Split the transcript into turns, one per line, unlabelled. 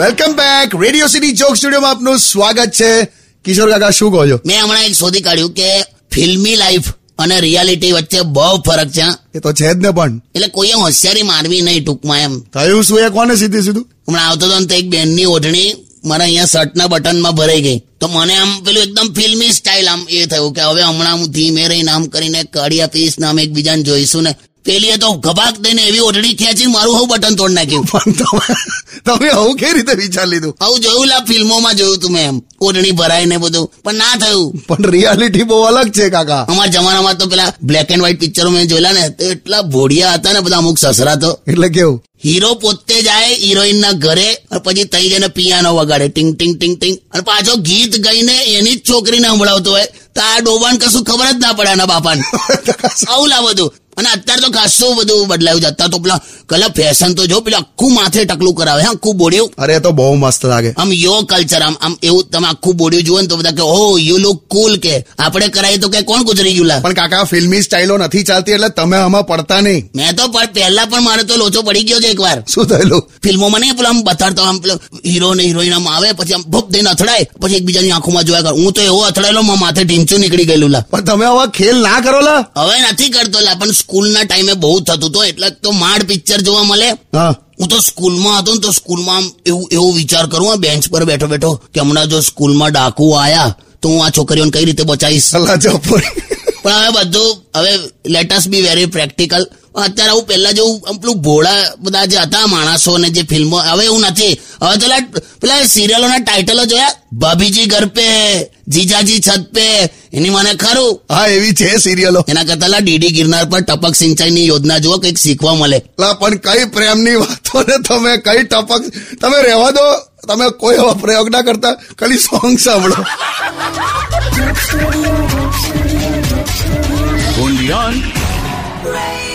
Welcome back radio city joke સ્ટુડિયોમાં આપનું સ્વાગત છે કિશોર કાકા શું કહો છો
મેં હમણાં એક શોધી કાઢ્યું કે ફિલ્મી લાઈફ અને રિયાલિટી વચ્ચે બહુ ફરક છે
એ તો છે જ ને પણ
એટલે કોઈએ હોશિયારી મારવી નહીં ટૂંકમાં એમ
થયું શું એ કોને સીધી સીધું
હમણાં આવતો હતો ને તો એક બેનની ઓઢણી મારા અહીંયા શર્ટના બટનમાં ભરાઈ ગઈ તો મને આમ પેલું એકદમ ફિલ્મી સ્ટાઇલ આમ એ થયું કે હવે હમણાં હું ધીમે રહીને આમ કરીને કાઢી આપીશ ને આમ એકબીજાને જોઈશું ને પેલીએ તો ઘબાક દઈને એવી ઓઢણી ખેંચી મારું હું બટન તોડી નાખ્યું
પણ તમે તમે આવું કઈ રીતે વિચાર લીધું
આવું જોયું લા ફિલ્મોમાં જોયું તું મેં એમ ઓઢણી ભરાય ને બધું પણ ના થયું
પણ રિયાલિટી બહુ અલગ છે કાકા
અમારા જમાનામાં તો પેલા બ્લેક એન્ડ વ્હાઈટ પિક્ચરો મેં જોયેલા ને તો એટલા ભોડિયા હતા ને બધા અમુક સસરા તો
એટલે કેવું
હીરો પોતે જાય હિરોઈન ના ઘરે અને પછી તઈ જઈને પિયાનો વગાડે ટીંગ ટીંગ ટીંગ ટીંગ અને પાછો ગીત ગાઈને એની જ છોકરીને સંભળાવતો હોય તો આ ડોબાન કશું ખબર જ ના પડે એના બાપાને આવું લા બધું અને અત્યારે તો ખાસું બધું બદલાયું છે અત્યારે તો પેલા કલા ફેશન તો જો પેલા આખું માથે ટકલું કરાવે હા આખું બોડ્યું
અરે એ તો બહુ મસ્ત લાગે
આમ યો કલ્ચર આમ આમ એવું તમે આખું બોડ્યું જુઓ ને તો બધા કે ઓ યુ લુક કુલ કે આપણે કરાય તો કે કોણ ગુજરી ગયું લા
પણ કાકા ફિલ્મી સ્ટાઇલો નથી ચાલતી એટલે તમે આમાં પડતા નહીં
મેં તો પણ પહેલા પણ મારે તો લોચો પડી ગયો છે એકવાર
શું થયેલું
ફિલ્મોમાં નહીં પેલો આમ બતાડતો આમ પેલો હીરો ને હિરોઈન આમ આવે પછી આમ ભપ દઈને અથડાય પછી એકબીજાની આંખોમાં જોયા કર હું તો એવો અથડાયેલો મારા માથે ઢીંચું નીકળી ગયેલું લા
પણ તમે આવા ખેલ ના કરો લા
હવે નથી કરતો લા પણ સ્કૂલના ટાઈમે બહુ થતું તો એટલે તો માડ પિક્ચર જોવા મળે
હા
હું તો સ્કૂલમાં હતો ને તો સ્કૂલમાં આમ એવું એવો વિચાર કરું આ બેન્ચ પર બેઠો બેઠો કે હમણાં જો સ્કૂલમાં ડાકુ આયા તો હું આ છોકરીઓને કઈ રીતે બચાવીશ
સલાહ જપુર
પણ હવે બધું હવે લેટસ બી વેરી પ્રેક્ટિકલ અત્યારે આવું પહેલા જેવું આમ પેલું ભોળા બધા જે હતા માણસો ને જે ફિલ્મો હવે એવું નથી હવે તો લા- પેલા સિરિયલોના ટાઇટલો જોયા ભાભીજી ઘર પે જીજાજી છત પે એની મને ખરું
હા એવી છે સિરિયલો
એના કરતા લા ડીડી ગિરનાર પર ટપક સિંચાઈની યોજના જુઓ કંઈક શીખવા મળે
લા પણ કઈ પ્રેમની વાતો ને તમે કઈ ટપક તમે રહેવા દો તમે કોઈ એવા પ્રયોગ ના કરતા ખાલી સોંગ સાંભળો
Undian.
Radio